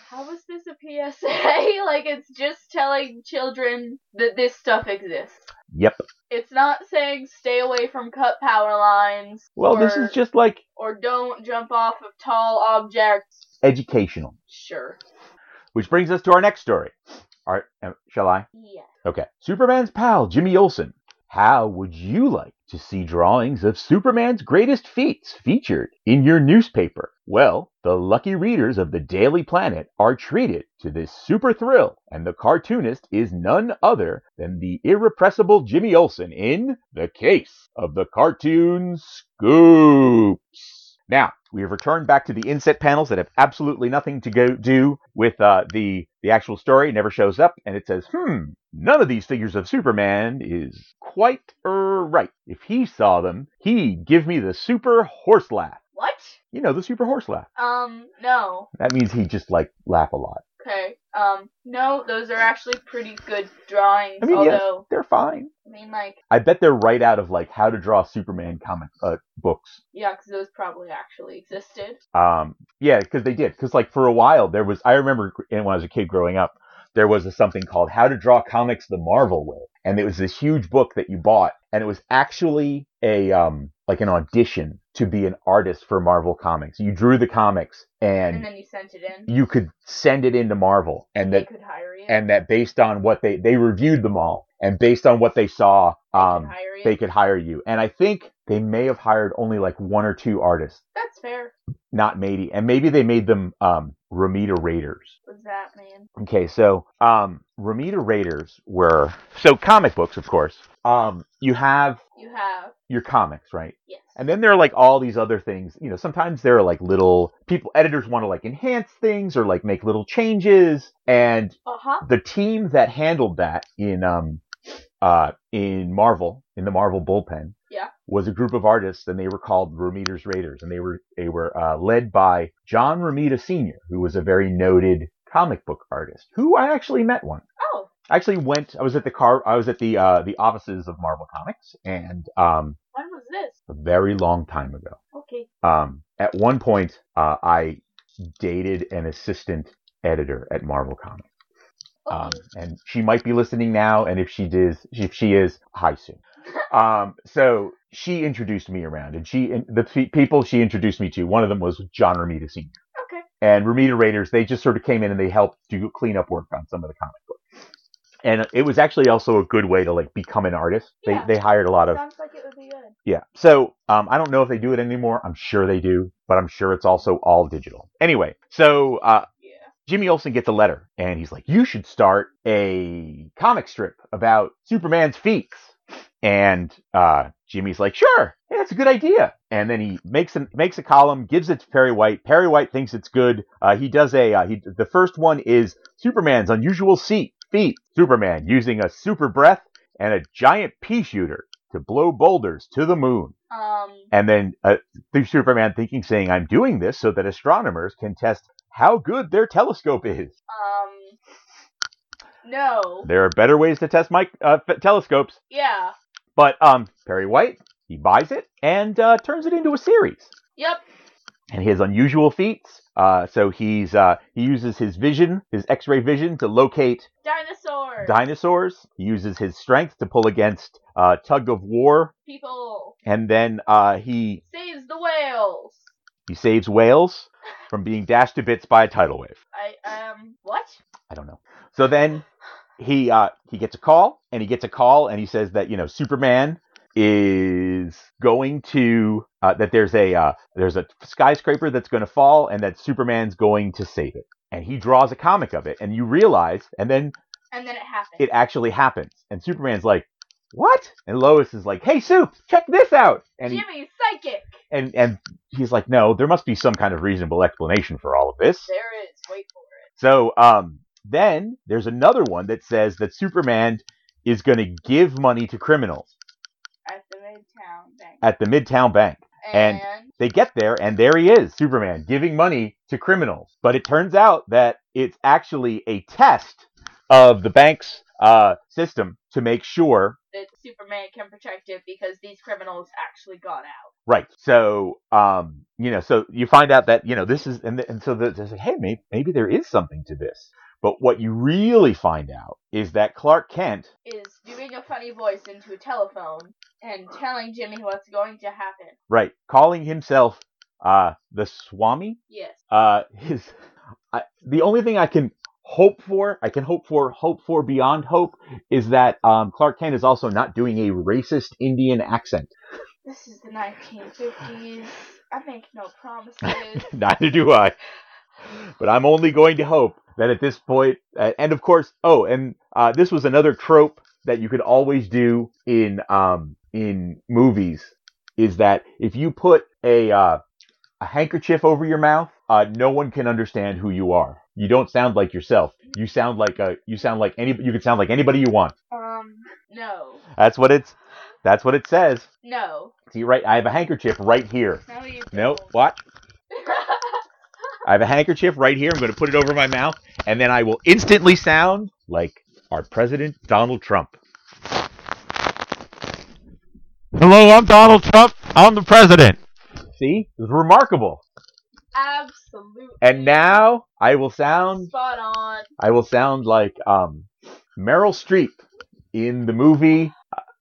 S2: How is this a PSA? like, it's just telling children that this stuff exists.
S1: Yep.
S2: It's not saying stay away from cut power lines.
S1: Well,
S2: or,
S1: this is just like
S2: Or don't jump off of tall objects.
S1: educational,
S2: Sure.
S1: which brings us to our next story. Our, uh, shall I?
S2: Yeah.
S1: Okay. Superman's pal, Jimmy Olsen. How would you like to see drawings of Superman's greatest feats featured in your newspaper? Well, the lucky readers of the Daily Planet are treated to this super thrill, and the cartoonist is none other than the irrepressible Jimmy Olsen in The Case of the Cartoon Scoops. Now, we have returned back to the inset panels that have absolutely nothing to go do with uh, the the actual story. It never shows up, and it says, "Hmm, none of these figures of Superman is quite er, right. If he saw them, he'd give me the super horse laugh.
S2: What?
S1: You know, the super horse laugh.
S2: Um, no.
S1: That means he just like laugh a lot.
S2: Okay. Um, no, those are actually pretty good drawings.
S1: I mean, yes.
S2: although,
S1: They're fine.
S2: I mean, like,
S1: I bet they're right out of like how to draw Superman comic uh, books.
S2: yeah, 'cause those probably actually existed.
S1: Um, yeah, because they did. Because like for a while there was, I remember gr- when I was a kid growing up, there was a, something called How to Draw Comics the Marvel Way, and it was this huge book that you bought, and it was actually a um like an audition to be an artist for Marvel Comics. You drew the comics,
S2: And,
S1: and
S2: then you sent it in.
S1: you could send it into Marvel, and
S2: they
S1: that
S2: could hire you.
S1: and that based on what they they reviewed them all, and based on what they saw,
S2: They could
S1: um,
S2: hire you.
S1: they could hire you. And I think they may have hired only like one or two artists
S2: That's fair.
S1: not matey, and maybe they made them um, Ramita Raiders.
S2: What's that, man?
S1: Okay, so um, Ramita Raiders were so comic books, of course. Um, you have
S2: You have
S1: your comics, right?
S2: yes.
S1: And then there are like all these other things. You know, sometimes there are like little people, editors want to like enhance things or like make little changes. And
S2: Uh huh.
S1: the team that handled that in um uh in Marvel in the Marvel bullpen
S2: Yeah.
S1: was a group of artists and they were called Ramirez Raiders and they were they were uh, led by John Ramita Sr. who was a very noted comic book artist who I actually met once.
S2: Oh,
S1: I actually went I was at the car I was at the uh the offices of Marvel Comics and um
S2: when was this?
S1: a very long time ago.
S2: Okay.
S1: Um at one point uh I dated an assistant editor at Marvel Comics. Um,
S2: Okay.
S1: and she might be listening now, and if she does, if she is, hi soon. Um, so she introduced me around, and she and the pe- people she introduced me to. One of them was John Romita Sr.
S2: okay.
S1: and Romita Raiders. They just sort of came in and they helped do cleanup work on some of the comic books. And it was actually also a good way to like become an artist. They
S2: Yeah.
S1: they hired a lot of
S2: Sounds like it would be good.
S1: yeah. So um, I don't know if they do it anymore. I'm sure they do, but I'm sure it's also all digital. Anyway, so uh,
S2: Yeah.
S1: Jimmy Olsen gets a letter and he's like, You should start a comic strip about Superman's feet. And uh, Jimmy's like, Sure, yeah, that's a good idea. And then he makes a, makes a column, gives it to Perry White. Perry White thinks it's good. Uh, he does a, uh, he, the first one is Superman's unusual seat, feet. Superman using a super breath and a giant pea shooter to blow boulders to the moon.
S2: Um,
S1: And then uh, through Superman thinking, saying, I'm doing this so that astronomers can test how good their telescope is.
S2: um, no.
S1: There are better ways to test my uh, f- telescopes.
S2: Yeah.
S1: But um, Perry White, he buys it and uh, turns it into a series.
S2: Yep.
S1: And his unusual feats. Uh, so he's uh, he uses his vision, his X-ray vision, to locate
S2: Dinosaurs.
S1: dinosaurs. He uses his strength to pull against uh, tug of war,
S2: People.
S1: and then uh, he
S2: Saves the whales.
S1: he saves whales from being dashed to bits by a tidal wave.
S2: I, um, what?
S1: I don't know. So then he uh, he gets a call, and he gets a call, and he says that you know Superman is going to uh, that there's a uh, there's a skyscraper that's going to fall, and that Superman's going to save it. And he draws a comic of it, and you realize, and then
S2: And then it happened.
S1: it actually happens. And Superman's like, "What?" And Lois is like, "Hey, Soup, check this out!" And he,
S2: Jimmy's psychic.
S1: and and he's like, "No, there must be some kind of reasonable explanation for all of this."
S2: There is. Wait for it.
S1: So um, then there's another one that says that Superman is going to give money to criminals
S2: At the Midtown Bank.
S1: at the Midtown Bank. and- They get there, and there he is, Superman, giving money to criminals. But it turns out that it's actually a test of the bank's uh, system to make sure.
S2: that Superman can protect it because these criminals actually got out.
S1: Right. So, um, you know, so you find out that, you know, this is, and, th- and so the, they say, hey, maybe, maybe there is something to this. But what you really find out is that Clark Kent
S2: Is doing a funny voice into a telephone and telling Jimmy what's going to happen.
S1: Right. Calling himself uh the Swami.
S2: Yes.
S1: Uh his I, the only thing I can hope for, I can hope for, hope for beyond hope is that um Clark Kent is also not doing a racist Indian accent.
S2: This is the 1950s. I make no promises.
S1: Neither do I. But I'm only going to hope that at this point, uh, and of course, oh, and uh, this was another trope that you could always do in um, in movies is that if you put a uh, a handkerchief over your mouth, uh, no one can understand who you are. You don't sound like yourself. You sound like a you sound like any you can sound like anybody you want.
S2: um, no.
S1: That's what it's that's what it says.
S2: No.
S1: See right, I have a handkerchief right here.
S2: No, you
S1: No,
S2: don't.
S1: what? I have a handkerchief right here. I'm going to put it over my mouth, and then I will instantly sound like our president, Donald Trump.
S3: Hello, I'm Donald Trump. I'm the president.
S1: See, it was remarkable.
S2: Absolutely.
S1: And now I will sound,
S2: Spot on.
S1: I will sound like um, Meryl Streep in the movie.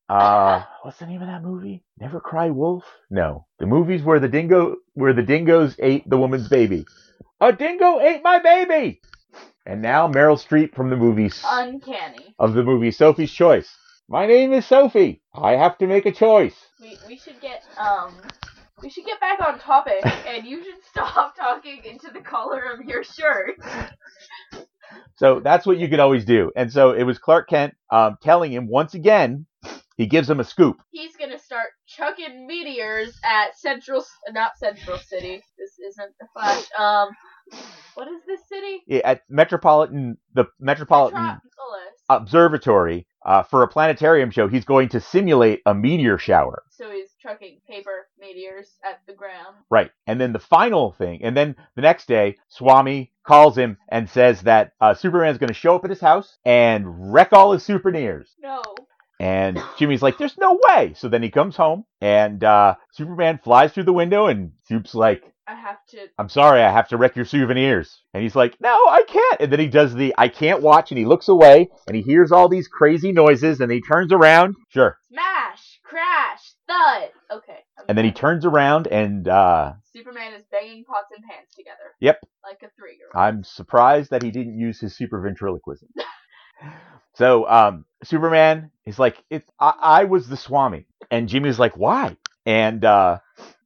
S1: Uh, what's the name of that movie? Never Cry Wolf? No, the movies where the dingo, where the dingoes ate the woman's baby. A dingo ate my baby. And now Meryl Streep from the movie
S2: Uh, Uncanny.
S1: of the movie Sophie's Choice. My name is Sophie. I have to make a choice.
S2: We we should get um we should get back on topic and you should stop talking into the collar of your shirt.
S1: So that's what you could always do. And so it was Clark Kent um, telling him once again, he gives him a scoop.
S2: He's gonna start chucking meteors at Central, not Central City. This isn't the Flash. Um, what is this city?
S1: I- At Metropolitan, the Metropolitan
S2: Metropolis.
S1: Observatory, uh, for a planetarium show, he's going to simulate a meteor shower.
S2: so he's chucking paper meteors at the ground.
S1: Right. And then the final thing, and then the next day, Swami calls him and says that uh, Superman's going to show up at his house and wreck all his souvenirs.
S2: No.
S1: And Jimmy's like, there's no way. So then he comes home and uh, Superman flies through the window and Soup's like,
S2: I have to.
S1: I'm sorry, I have to wreck your souvenirs. And he's like, no, I can't. And then he does the I can't watch and he looks away and he hears all these crazy noises and he turns around. Sure.
S2: Smash! Crash! Thud! Okay. I'm
S1: And then he
S2: done.
S1: turns around and uh,
S2: Superman is banging pots and pans together.
S1: Yep. Uh,
S2: Like a three year old.
S1: I'm surprised that he didn't use his super ventriloquism. so um, Superman is like, it, I, I was the Swami. And Jimmy's like, why? And uh,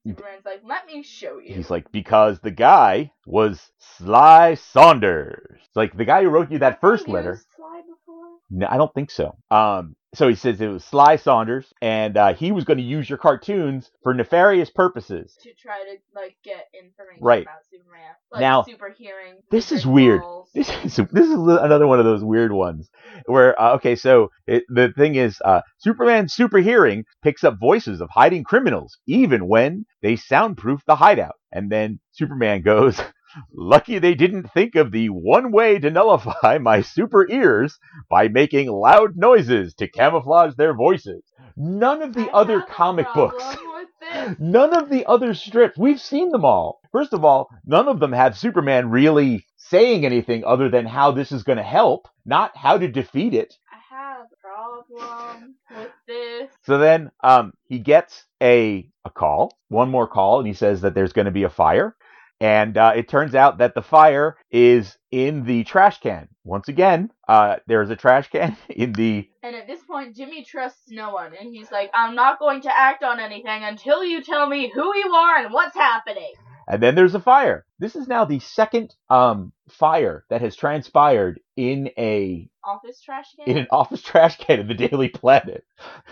S2: Superman's like, let me show you.
S1: He's like, because the guy was Sly Saunders. Like the guy who wrote you that first
S2: Have you
S1: letter.
S2: used Sly before?
S1: No, I don't think so. Um, so he says it was Sly Saunders, and uh, he was going to use your cartoons for nefarious purposes.
S2: to try to like get information
S1: Right.
S2: about Superman, like
S1: Now-
S2: super hearing.
S1: This
S2: super
S1: is weird.
S2: calls.
S1: This is this is another one of those weird ones where uh, okay, so it, the thing is, uh, Superman's super hearing picks up voices of hiding criminals, even when they soundproof the hideout. And then Superman goes, "Lucky they didn't think of the one way to nullify my super ears by making loud noises to camouflage their voices." None of the
S2: I
S1: other
S2: have a
S1: comic books.
S2: problem with this.
S1: None of the other strips, we've seen them all. First of all, none of them have Superman really saying anything other than how this is going to help, not how to defeat it.
S2: I have a problem with this.
S1: So then um, he gets a, a call, one more call, and he says that there's going to be a fire. And uh, it turns out that the fire is in the trash can. Once again, uh, there is a trash can in the.
S2: And at this point, Jimmy trusts no one, and he's like, "I'm not going to act on anything until you tell me who you are and what's happening."
S1: And then there's a fire. This is now the second um, fire that has transpired in a
S2: Office trash
S1: in
S2: can.
S1: an office trash can in the Daily Planet.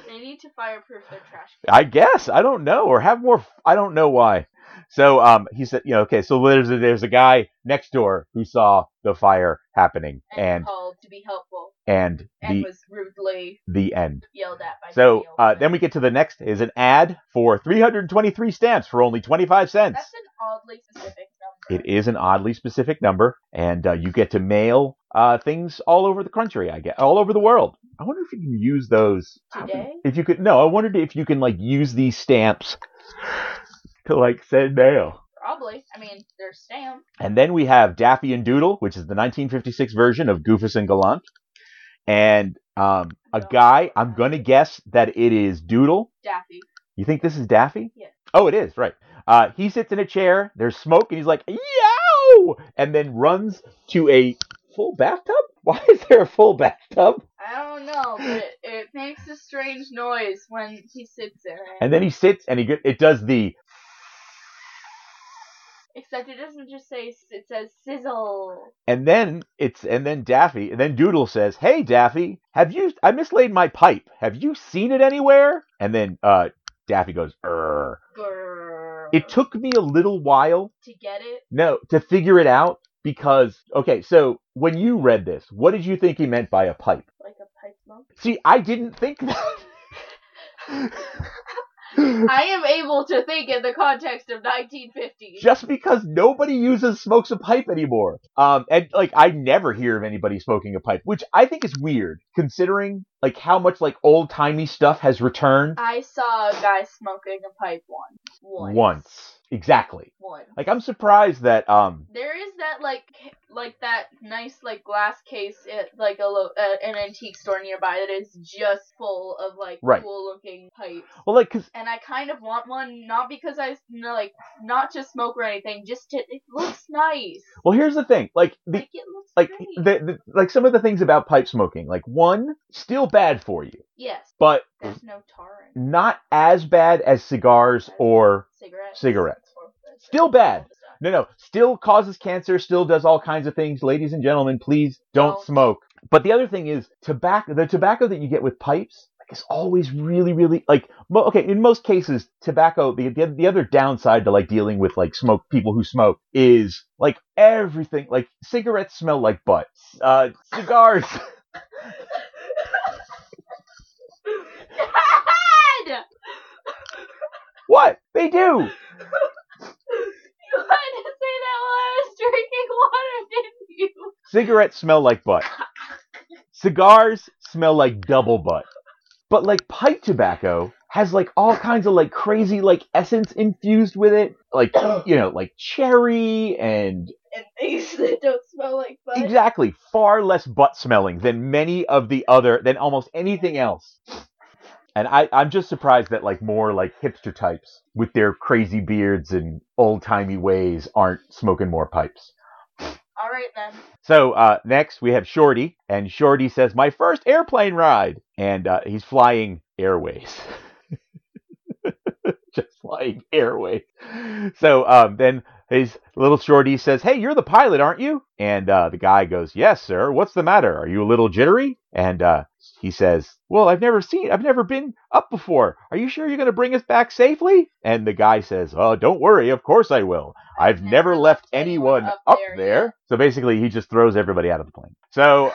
S2: They need to fireproof their trash can.
S1: I guess I don't know, or have more. f- I don't know why. So um, he said, you know, okay. So there's a, there's a guy next door who saw the fire happening,
S2: And
S1: and
S2: called to be helpful,
S1: and
S2: and
S1: the
S2: was rudely
S1: the end.
S2: yelled at by.
S1: So
S2: Jimmy
S1: uh,
S2: Olsen.
S1: then we get to the next is an ad for 323 stamps for only 25 cents.
S2: That's an oddly specific number.
S1: It is an oddly specific number, and uh, you get to mail uh, things all over the country. I guess all over the world. I wonder if you can use those
S2: Today?
S1: If you could, no, I wondered if you can like use these stamps to like send mail.
S2: Probably. I mean, they're stamped.
S1: And then we have Daffy and Doodle, which is the 1956 version of Goofus and Gallant, and um, a guy. I'm gonna guess that it is Doodle.
S2: Daffy.
S1: You think this is Daffy?
S2: Yes.
S1: Oh, it is right. Uh, he sits in a chair. There's smoke, and he's like, "Yow!" and then runs to a full bathtub. Why is there a full bathtub?
S2: I don't know, but it, it makes a strange noise when he sits in it.
S1: And then he sits, and he get, it does the
S2: Except it doesn't just say s- it says sizzle.
S1: And then it's and then Daffy and then Doodle says, "Hey Daffy, have you? I mislaid my pipe. Have you seen it anywhere?" And then uh, Daffy goes, "Err."
S2: Grrr.
S1: It took me a little while,
S2: to get it.
S1: no, to figure it out because okay, so when you read this, what did you think he meant by a pipe?
S2: Like a pipe smoke.
S1: See, I didn't think that.
S2: I am able to think in the context of 1950.
S1: just because nobody uses smokes a pipe anymore. Um, and like I never hear of anybody smoking a pipe, which I think is weird considering like how much like old timey stuff has returned
S2: I saw a guy smoking a pipe one. Once.
S1: once. Exactly.
S2: One.
S1: Like I'm surprised that um
S2: There is that like ca- like that nice like glass case at like a lo- uh, an antique store nearby that is just full of like
S1: Right.
S2: cool looking pipes.
S1: well like cuz
S2: And I kind of want one not because I s- no, like not to smoke or anything, just to it looks nice.
S1: well here's the thing like the
S2: Like it looks
S1: like
S2: great.
S1: the, the like some of the things about pipe smoking like one still bad for you
S2: yes,
S1: but
S2: there's no tar in
S1: not as bad as cigars or
S2: cigarettes.
S1: Cigarettes. Still bad. No, no. Still causes cancer, still does all kinds of things. Ladies and gentlemen, please don't
S2: Don't.
S1: smoke. But the other thing is tobacco the tobacco that you get with pipes like, is always really really like mo- okay, in most cases tobacco the, the the other downside to like dealing with like smoke people who smoke is like everything like cigarettes smell like butt. Uh cigars
S2: Dad,
S1: what? They do.
S2: you had to say that while I was drinking water, didn't you?
S1: Cigarettes smell like butt. Cigars smell like double butt. But like pipe tobacco has like all kinds of like crazy like essence infused with it, like you know, like cherry and
S2: And things that don't smell like butt.
S1: exactly far less butt smelling than many of the other than almost anything else. And I, I'm just surprised that like more like hipster types with their crazy beards and old timey ways aren't smoking more pipes.
S2: All right then.
S1: So uh, next we have Shorty, and Shorty says, "My first airplane ride," and uh, he's flying Airways. Just flying flying airway. So um, then his little shorty says, Hey, you're the pilot, aren't you? And uh, the guy goes, Yes, sir. What's the matter? Are you a little jittery? And uh, he says, Well, I've never seen, I've never been up before. Are you sure you're going to bring us back safely? And the guy says, Oh, don't worry. Of course I will. I've, never, left anyone up, there. So basically, he just throws everybody out of the plane. So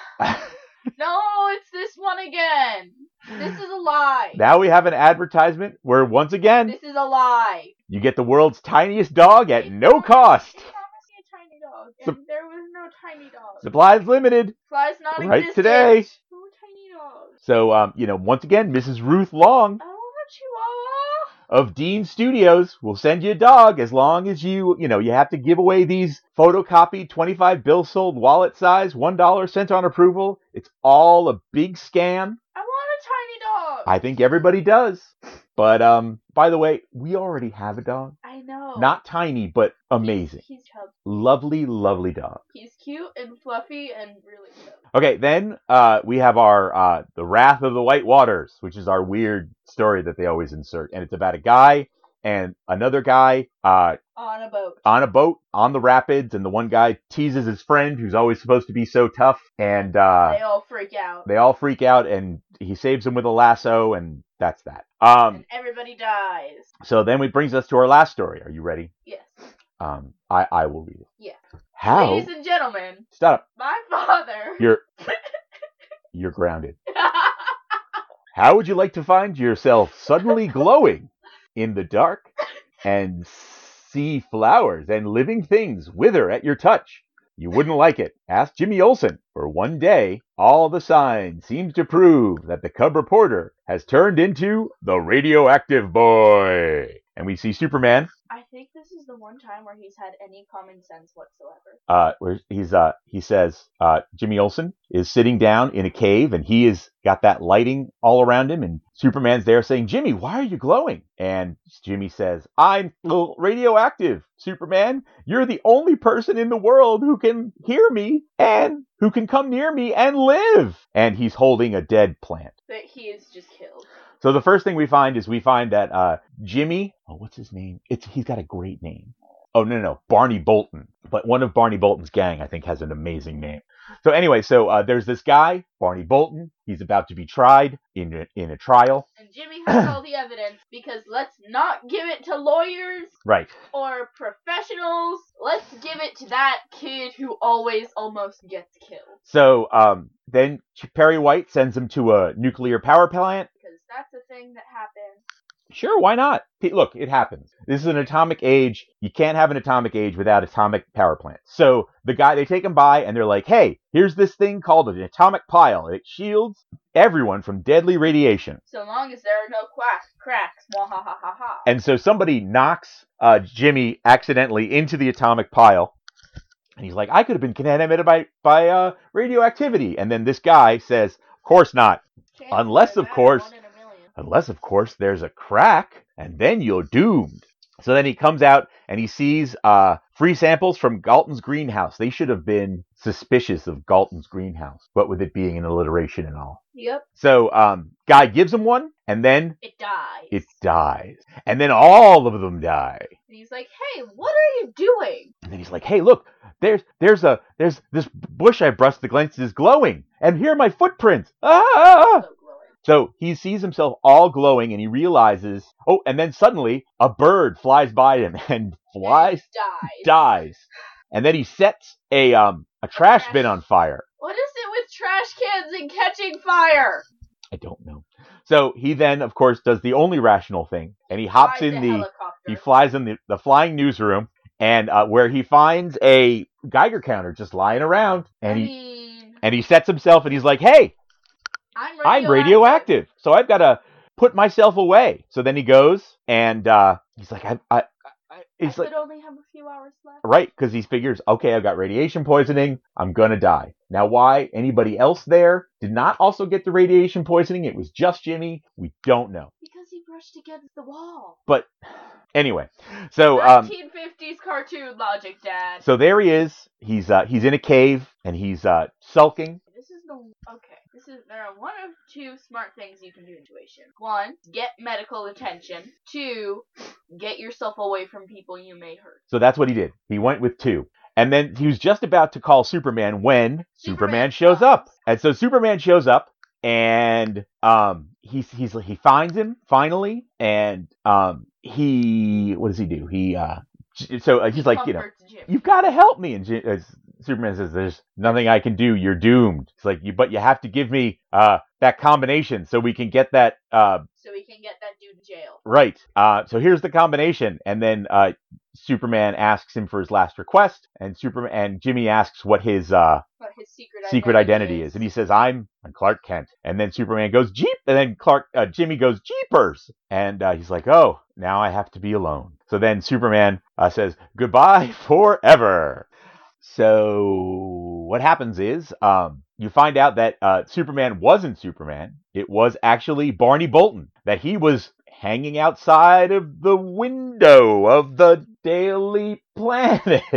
S2: No, it's this one again. This is a lie.
S1: now we have an advertisement where once again,
S2: this is a lie.
S1: you get the world's tiniest dog at no cost.
S2: They promised me a tiny dog,
S1: Sup-
S2: and there was no tiny dog.
S1: Supplies limited.
S2: Flies not
S1: Right
S2: existent.
S1: today.
S2: No tiny dog.
S1: So, um, you know, once again, Mrs. Ruth Long
S2: I want a chihuahua.
S1: of Dean Studios will send you a dog as long as you, you know, you have to give away these photocopied 25 bill sold wallet size, $1 sent on approval. It's all a big scam.
S2: I want a tiny dog.
S1: I think everybody does. But, um, by the way, we already have a dog.
S2: I know.
S1: Not tiny, but
S2: He's-
S1: amazing.
S2: He's, chub-
S1: Lovely, lovely dog.
S2: he's cute and fluffy and really cute.
S1: Okay, then uh, we have our uh, the Wrath of the White Waters, which is our weird story that they always insert, and it's about a guy and another guy uh,
S2: On a boat.
S1: on a boat on the rapids, and the one guy teases his friend who's always supposed to be so tough, and uh,
S2: they all freak out.
S1: they all freak out, and he saves him with a lasso, and that's that. Um,
S2: and everybody dies.
S1: so then it brings us to our last story. Are you ready?
S2: Yes.
S1: Um, I I will read it.
S2: Yeah.
S1: How?
S2: Ladies and gentlemen,
S1: Stop.
S2: my father.
S1: You're you're grounded. How would you like to find yourself suddenly glowing in the dark and see flowers and living things wither at your touch? You wouldn't like it. Ask Jimmy Olsen. For one day, all the signs seem to prove that the cub reporter has turned into the radioactive boy. And we see Superman.
S2: I think this is the one time where he's had any common sense whatsoever.
S1: Uh, where he's uh, he says uh, Jimmy Olsen is sitting down in a cave, and he has got that lighting all around him, and Superman's there saying, "Jimmy, why are you glowing?" And Jimmy says, "I'm uh, radioactive, Superman. You're the only person in the world who can hear me and who can come near me and live." And he's holding a dead plant.
S2: That he is just killed.
S1: So the first thing we find is we find that uh, Jimmy. Oh, what's his name? It's he's got a great name. Oh no, no, no, Barney Bolton. But one of Barney Bolton's gang, I think, has an amazing name. So anyway, so uh, there's this guy, Barney Bolton. He's about to be tried in a, in a trial.
S2: And Jimmy has all the evidence because let's not give it to lawyers
S1: Right.
S2: or professionals. Let's give it to that kid who always almost gets killed.
S1: So um, then Ch- Perry White sends him to a nuclear power plant.
S2: Because that's a thing that happened.
S1: Sure, why not? P- Look, it happens. This is an atomic age. You can't have an atomic age without atomic power plants. So the guy, they take him by and they're like, hey, here's this thing called an atomic pile. It shields everyone from deadly radiation.
S2: So long as there are no quack cracks. Wahahaha.
S1: And so somebody knocks uh, Jimmy accidentally into the atomic pile. And he's like, I could have been contaminated by, by uh, radioactivity. And then this guy says, of course not.
S2: Chances
S1: unless,
S2: are
S1: of
S2: that
S1: course-
S2: one in a million.
S1: Unless, of course, there's a crack, and then you're doomed. So then he comes out and he sees uh, free samples from Galton's greenhouse. They should have been suspicious of Galton's greenhouse, what with it being an alliteration and all.
S2: Yep.
S1: So, um, guy gives him one, and then
S2: It dies.
S1: it dies. And then all of them die.
S2: And he's like, hey, what are you doing?
S1: And then he's like, "Hey, look, there's there's a there's this bush I brushed against is glowing, and here are my footprints." Ah!
S2: So glowing.
S1: So he sees himself all glowing and he realizes, oh, and then suddenly a bird flies by him and flies,
S2: Dies.
S1: dies. And then he sets a, um, a trash bin on fire.
S2: what is it with trash cans and catching fire?
S1: I don't know. So he then, of course, does the only rational thing and he hops
S2: Flies
S1: in
S2: a
S1: the,
S2: helicopter.
S1: he flies in the, the flying newsroom and uh, where he finds a Geiger counter just lying around and
S2: I
S1: he,
S2: mean,
S1: and he sets himself and he's like, hey,
S2: I'm radioactive.
S1: I'm radioactive, so I've got to put myself away. So then he goes and uh, he's like, I, I, I he's
S2: I
S1: like,
S2: could only have a few hours left.
S1: right, because he figures, okay, I've got radiation poisoning, I'm gonna die. Now, why anybody else there did not also get the radiation poisoning? It was just Jimmy. We don't know,
S2: Because he brushed against the wall.
S1: but anyway, so um,
S2: 1950s cartoon logic, Dad.
S1: so there he is. He's uh, he's in a cave and he's uh, sulking.
S2: this is the okay. This this is there are one of two smart things you can do in tuition. One, get medical attention. Two, get yourself away from people you may hurt.
S1: So that's what he did. He went with two. And then he was just about to call Superman when Superman,
S2: Superman
S1: shows up.
S2: comes.
S1: And so Superman shows up and um he's he's he finds him finally and um he what does he do? He uh j- so uh, he's like, you know,
S2: Comforts Jim.
S1: you've got to help me. And Jim, uh, Superman says, "There's nothing I can do. You're doomed." It's like you, but you have to give me uh, that combination so we can get that uh,
S2: so he can get that dude in jail.
S1: right. Uh, so here's the combination, and then uh, Superman asks him for his last request, and Superman and Jimmy asks what his uh,
S2: But his secret
S1: secret identity is, and he says, "I'm I'm Clark Kent." And then Superman goes, "Jeep," and then Clark uh, Jimmy goes, "Jeepers!" And uh, he's like, "Oh, now I have to be alone." So then Superman uh, says, "Goodbye forever." So what happens is, um, you find out that uh, Superman wasn't Superman; it was actually Barney Bolton. That he was hanging outside of the window of the Daily Planet.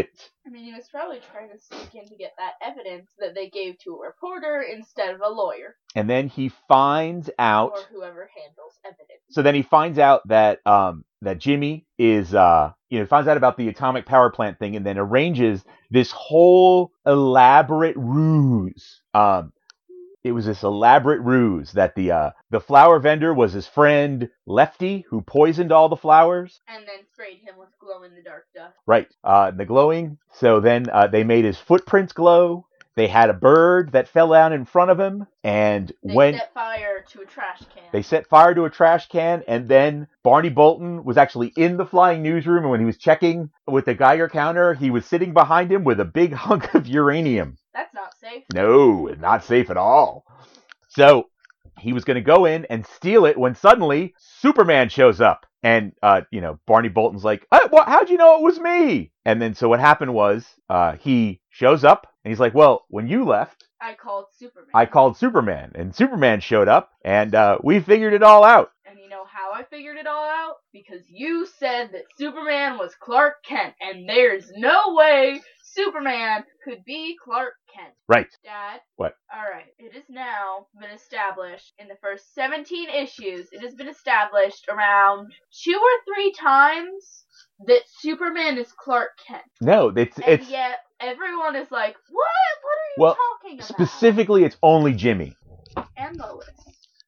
S2: I mean, he was probably trying to sneak in to get that evidence that they gave to a reporter instead of a lawyer
S1: And then he finds out.
S2: or whoever handles evidence.
S1: so then he finds out that um that Jimmy is uh you know finds out about the atomic power plant thing and then arranges this whole elaborate ruse. Um it was this elaborate ruse that the uh the flower vendor was his friend Lefty who poisoned all the flowers.
S2: And then sprayed him with glow in the dark dust.
S1: Right. Uh the glowing. So then uh, they made his footprints glow. They had a bird that fell down in front of him and
S2: They
S1: when
S2: set fire to a trash can.
S1: They set fire to a trash can, and then Barney Bolton was actually in the flying newsroom. And when he was checking with the Geiger counter, he was sitting behind him with a big hunk of uranium.
S2: That's not safe.
S1: No, it's not safe at all. So he was going to go in and steal it when suddenly Superman shows up. And, uh, you know, Barney Bolton's like, "Uh, wha- how'd you know it was me? And then, so what happened was uh, he shows up and he's like, well, when you left,
S2: I called Superman.
S1: I called Superman, and Superman showed up, and uh, we figured it all out.
S2: And you know how I figured it all out? Because you said that Superman was Clark Kent, and there's no way Superman could be Clark Kent.
S1: Right.
S2: Dad?
S1: What?
S2: Alright, it has now been established in the first 17 issues, it has been established around two or three times that Superman is Clark Kent.
S1: No, it's
S2: And
S1: it's
S2: yet, everyone is like, what? What are you
S1: Well,
S2: talking about?
S1: specifically it's only Jimmy.
S2: And Lois.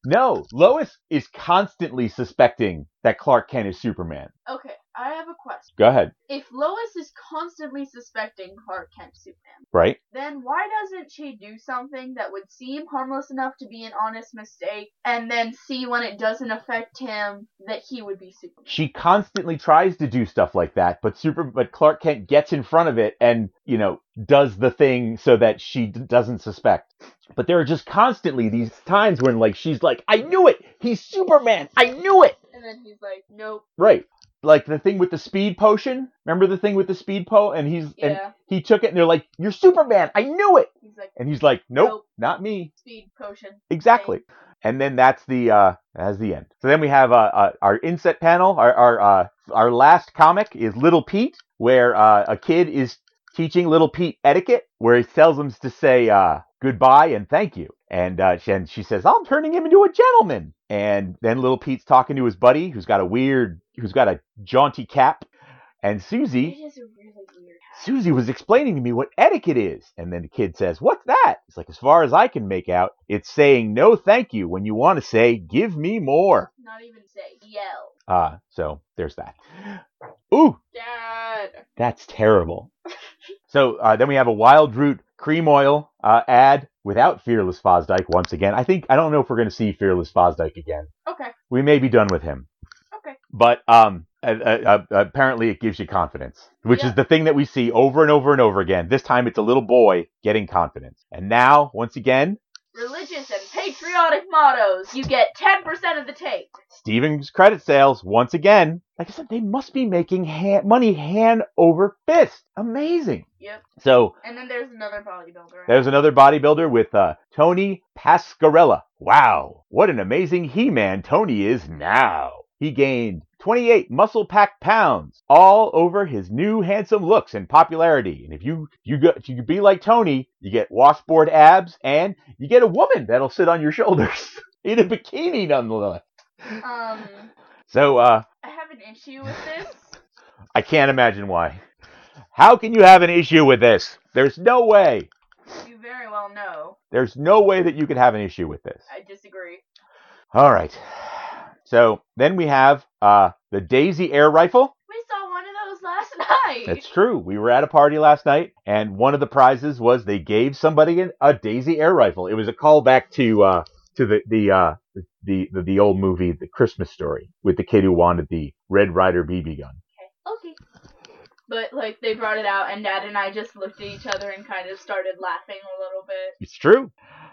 S1: No, Lois is constantly suspecting that Clark Kent is Superman.
S2: Okay, I have a question.
S1: Go ahead.
S2: If Lois is constantly suspecting Clark Kent Superman,
S1: Right?
S2: then why doesn't she do something that would seem harmless enough to be an honest mistake and then see when it doesn't affect him that he would be super
S1: She constantly tries to do stuff like that, but super but Clark Kent gets in front of it and, you know, does the thing so that she d- doesn't suspect. But there are just constantly these times when like she's like, "I knew it. He's Superman. I knew it."
S2: and then he's like nope
S1: Right. Like the thing with the speed potion? Remember the thing with the speed po and he's and
S2: yeah
S1: he took it and they're like, "You're Superman. I knew it."
S2: he's like
S1: And he's like, "Nope,
S2: Nope.
S1: not me."
S2: speed potion
S1: Exactly. And then that's the uh, that's the end. So then we have uh, uh, our inset panel. Our our uh, our last comic is Little Pete, where uh, a kid is teaching Little Pete etiquette, where he tells him to say uh, goodbye and thank you. And uh, she, and she says, "I'm turning him into a gentleman." And then Little Pete's talking to his buddy, who's got a weird, who's got a jaunty cap, and
S2: it
S1: Susie.
S2: is a really weird hat.
S1: Susie was explaining to me what etiquette is. And then the kid says, What's that? It's like, As far as I can make out, it's saying no thank you when you want to say, Give me more.
S2: not even say yell
S1: Uh, so there's that. Ooh,
S2: dad
S1: that's terrible. so uh, then we have a Wild Root cream oil uh, ad without Fearless Fosdyke once again. I think, I don't know if we're going to see Fearless Fosdyke again.
S2: okay
S1: We may be done with him.
S2: Okay.
S1: But um, uh, uh, uh, apparently it gives you confidence, which
S2: Yeah.
S1: is the thing that we see over and over and over again. This time it's a little boy getting confidence. And now, once again,
S2: religious and patriotic mottos you get 10% of the tape
S1: Steven's credit sales, once again, like I said, they must be making hand, money hand over fist. Amazing.
S2: yep
S1: So
S2: and then there's another bodybuilder
S1: there's another bodybuilder with uh, Tony Pascarella. Wow, what an amazing He Man Tony is now. He gained 28 muscle packed pounds all over his new handsome looks and popularity. And if you you go, if you could be like Tony, you get washboard abs and you get a woman that'll sit on your shoulders in a bikini nonetheless.
S2: Um,
S1: So uh,
S2: I have an issue with this.
S1: I can't imagine why. How can you have an issue with this? There's no way.
S2: You very well know
S1: There's no way that you could have an issue with this.
S2: I disagree.
S1: All right. So then we have uh, the Daisy air rifle.
S2: We saw one of those last night.
S1: That's true. We were at a party last night, and one of the prizes was they gave somebody an, a Daisy air rifle. It was a callback to uh, to the the, uh, the the the old movie, The Christmas Story, with the kid who wanted the Red Rider BB gun.
S2: okay. But like they brought it out, and Dad and I just looked at each other and kind of started laughing a little bit.
S1: It's true.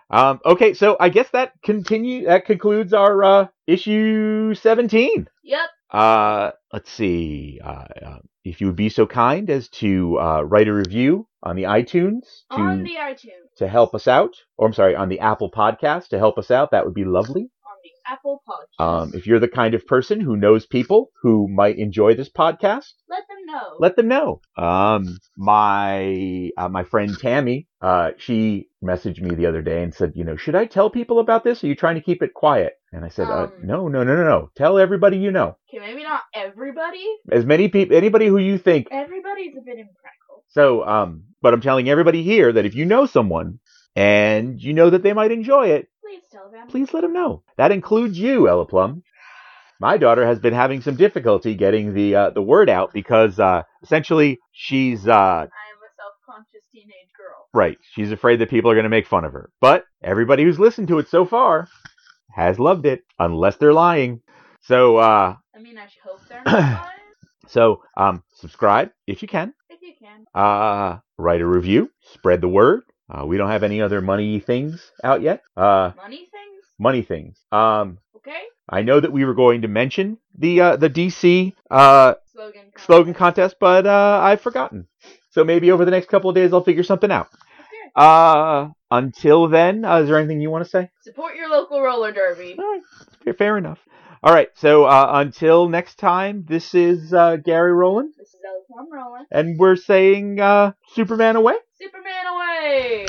S1: Um, okay, so I guess that continue that concludes our uh, issue seventeen.
S2: Yep.
S1: Uh, let's see. Uh, uh, if you would be so kind as to uh, write a review on the iTunes to,
S2: On the iTunes,
S1: to help us out, or I'm sorry, on the Apple Podcast to help us out, that would be lovely.
S2: on the Apple Podcast.
S1: Um, if you're the kind of person who knows people who might enjoy this podcast,
S2: Let them know.
S1: let them know. Um, my uh, my friend Tammy, uh, she messaged me the other day and said, you know, should I tell people about this? Are you trying to keep it quiet? And I said, uh,
S2: Um.
S1: no, no, no, no, no. Tell everybody you know.
S2: okay, maybe not everybody.
S1: As many people, anybody who you think
S2: Everybody's a bit impractical.
S1: So, um, but I'm telling everybody here that if you know someone and you know that they might enjoy it,
S2: Please tell them.
S1: please let them know. That includes you, Ella Plum. My daughter has been having some difficulty getting the uh, the word out because uh, essentially she's uh,
S2: I am a self-conscious teenage girl.
S1: right. She's afraid that people are going to make fun of her. But everybody who's listened to it so far has loved it, unless they're lying. So, uh,
S2: I mean, I should hope they're not lying,
S1: so um, subscribe if you can.
S2: if you can.
S1: uh, write a review, spread the word. Uh, we don't have any other money things out yet. Uh,
S2: Money things,
S1: money things. Um,
S2: okay?
S1: I know that we were going to mention the uh, the DC uh,
S2: Slogan. contest.
S1: slogan contest, but uh, I've forgotten. So maybe over the next couple of days, I'll figure something out.
S2: Okay.
S1: Uh, until then, uh, is there anything you want to say?
S2: Support your local roller derby.
S1: All right, fair, fair enough. All right, so uh, until next time, this is uh, Gary Rowland,
S2: This is Elton Roland.
S1: and we're saying uh, Superman away.
S2: Superman away!